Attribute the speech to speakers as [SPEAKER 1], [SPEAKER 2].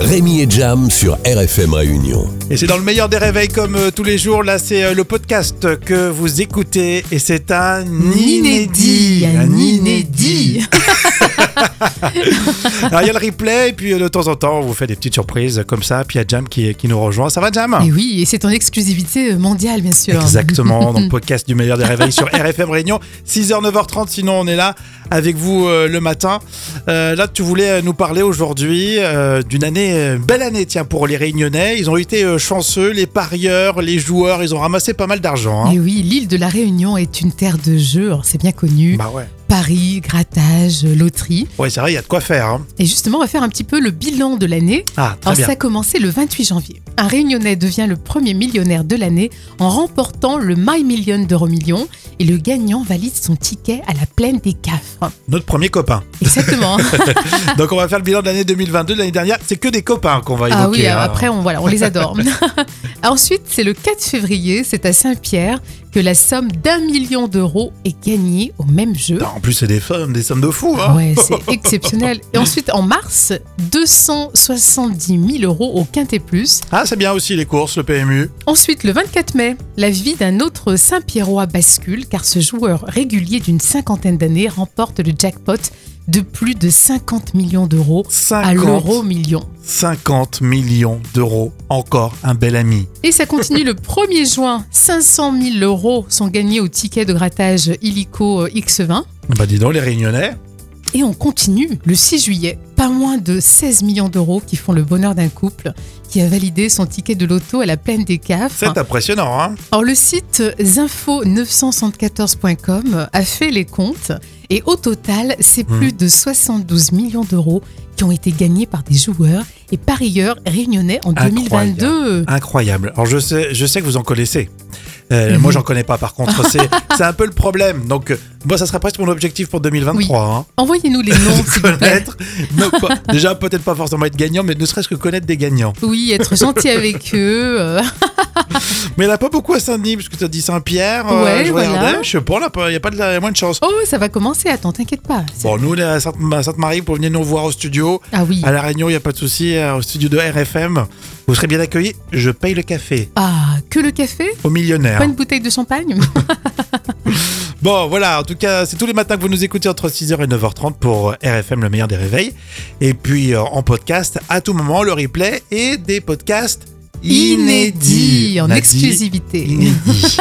[SPEAKER 1] Rémi et Jam sur RFM Réunion.
[SPEAKER 2] Et c'est dans le meilleur des réveils comme euh, tous les jours. Là, c'est euh, le podcast que vous écoutez et c'est un inédit.
[SPEAKER 3] Un inédit.
[SPEAKER 2] Alors, Il y a le replay et puis euh, de temps en temps, on vous fait des petites surprises euh, comme ça. Puis il y a Jam qui, qui nous rejoint. Ça va, Jam
[SPEAKER 3] Et Ah oui, et c'est en exclusivité euh, mondiale, bien sûr.
[SPEAKER 2] Exactement, donc podcast du meilleur des réveils sur RFM Réunion, 6h, 9h30, sinon on est là avec vous euh, le matin. Euh, là, tu voulais euh, nous parler aujourd'hui euh, d'une année, euh, belle année, tiens, pour les Réunionnais. Ils ont été euh, chanceux, les parieurs, les joueurs, ils ont ramassé pas mal d'argent. hein.
[SPEAKER 3] Et oui, l'île de la Réunion est une terre de jeux, alors c'est bien connu.
[SPEAKER 2] Bah ouais,
[SPEAKER 3] Paris, grattage, loterie.
[SPEAKER 2] ouais c'est vrai, il y a de quoi faire. hein.
[SPEAKER 3] Et justement, on va faire un petit peu le bilan de l'année.
[SPEAKER 2] Ah, très
[SPEAKER 3] Alors
[SPEAKER 2] bien.
[SPEAKER 3] ça a commencé le 28 janvier. Un Réunionnais devient le premier millionnaire de l'année en remportant le My Million d'euros million et le gagnant valide son ticket à la plaine des Cafres.
[SPEAKER 2] Notre premier copain.
[SPEAKER 3] Exactement.
[SPEAKER 2] donc on va faire le bilan de l'année 2022, de l'année dernière. C'est que des copains qu'on va évoquer.
[SPEAKER 3] Ah oui,
[SPEAKER 2] hein.
[SPEAKER 3] après, on, voilà, on les adore. Ensuite, c'est le 4 février, c'est à Saint-Pierre que la somme d'un million d'euros est gagnée au même jeu.
[SPEAKER 2] Non, Bah, En plus, c'est des sommes, des sommes de fous. hein.
[SPEAKER 3] Ouais, c'est exceptionnel. Et ensuite, en mars, 270 000 euros au Quintet Plus.
[SPEAKER 2] Ah, c'est bien aussi les courses, le PMU.
[SPEAKER 3] Ensuite, le 24 mai, la vie d'un autre Saint-Pierrois bascule car ce joueur régulier d'une cinquantaine d'années remporte le jackpot de plus de 50 millions d'euros à
[SPEAKER 2] 50,
[SPEAKER 3] l'euro million.
[SPEAKER 2] 50 millions d'euros. Encore un bel ami.
[SPEAKER 3] Et ça continue le 1er juin. 500 000 euros sont gagnés au ticket de grattage illico euh, X20.
[SPEAKER 2] Bah dis donc les Réunionnais.
[SPEAKER 3] Et on continue le 6 juillet. Pas moins de 16 millions d'euros qui font le bonheur d'un couple qui a validé son ticket de loto à la plaine des
[SPEAKER 2] C'est
[SPEAKER 3] Cafres.
[SPEAKER 2] impressionnant, hein
[SPEAKER 3] Alors le site zinfo974.com a fait les comptes et au total, c'est
[SPEAKER 2] Hmm.
[SPEAKER 3] plus de 72 millions d'euros qui ont été gagnés par des joueurs et parieurs réunionnais en
[SPEAKER 2] Incroyable.
[SPEAKER 3] 2022.
[SPEAKER 2] Incroyable. Alors je sais, je sais que vous en connaissez.
[SPEAKER 3] Mhm.
[SPEAKER 2] Euh, moi j'en connais pas par contre. C'est c'est un peu le problème. Donc euh, moi ça serait presque mon objectif pour 2023. hein.
[SPEAKER 3] Envoyez-nous les noms, s'il vous plaît.
[SPEAKER 2] Connaître, non, pas- déjà peut-être pas forcément être gagnant, mais ne serait-ce que connaître des gagnants.
[SPEAKER 3] Oui, être gentil avec eux. euh,
[SPEAKER 2] Mais il n'y en a pas beaucoup à Saint-Denis, parce que tu as dit Saint-Pierre. euh,
[SPEAKER 3] Ouais,
[SPEAKER 2] je
[SPEAKER 3] voilà.
[SPEAKER 2] regardais, je sais pas, il n'y a pas de la- moins de chance.
[SPEAKER 3] Oh, ça va commencer, attends, t'inquiète pas. C'est-
[SPEAKER 2] Bon, nous on est à Sainte- à Sainte-Marie pour venir nous voir au studio.
[SPEAKER 3] Ah oui.
[SPEAKER 2] À La Réunion, il n'y a pas de souci, euh, au studio de RFM. Vous serez bien accueillis. Je paye le café
[SPEAKER 3] Ah, que le café
[SPEAKER 2] aux millionnaires.
[SPEAKER 3] Pas une bouteille de champagne
[SPEAKER 2] Bon, voilà, en tout cas, c'est tous les matins que vous nous écoutez entre 6h et 9h30 pour euh, RFM, le meilleur des réveils. Et puis euh, en podcast, à tout moment, le replay et des podcasts inédits.
[SPEAKER 3] En
[SPEAKER 2] On a dit
[SPEAKER 3] exclusivité.
[SPEAKER 2] Inédits.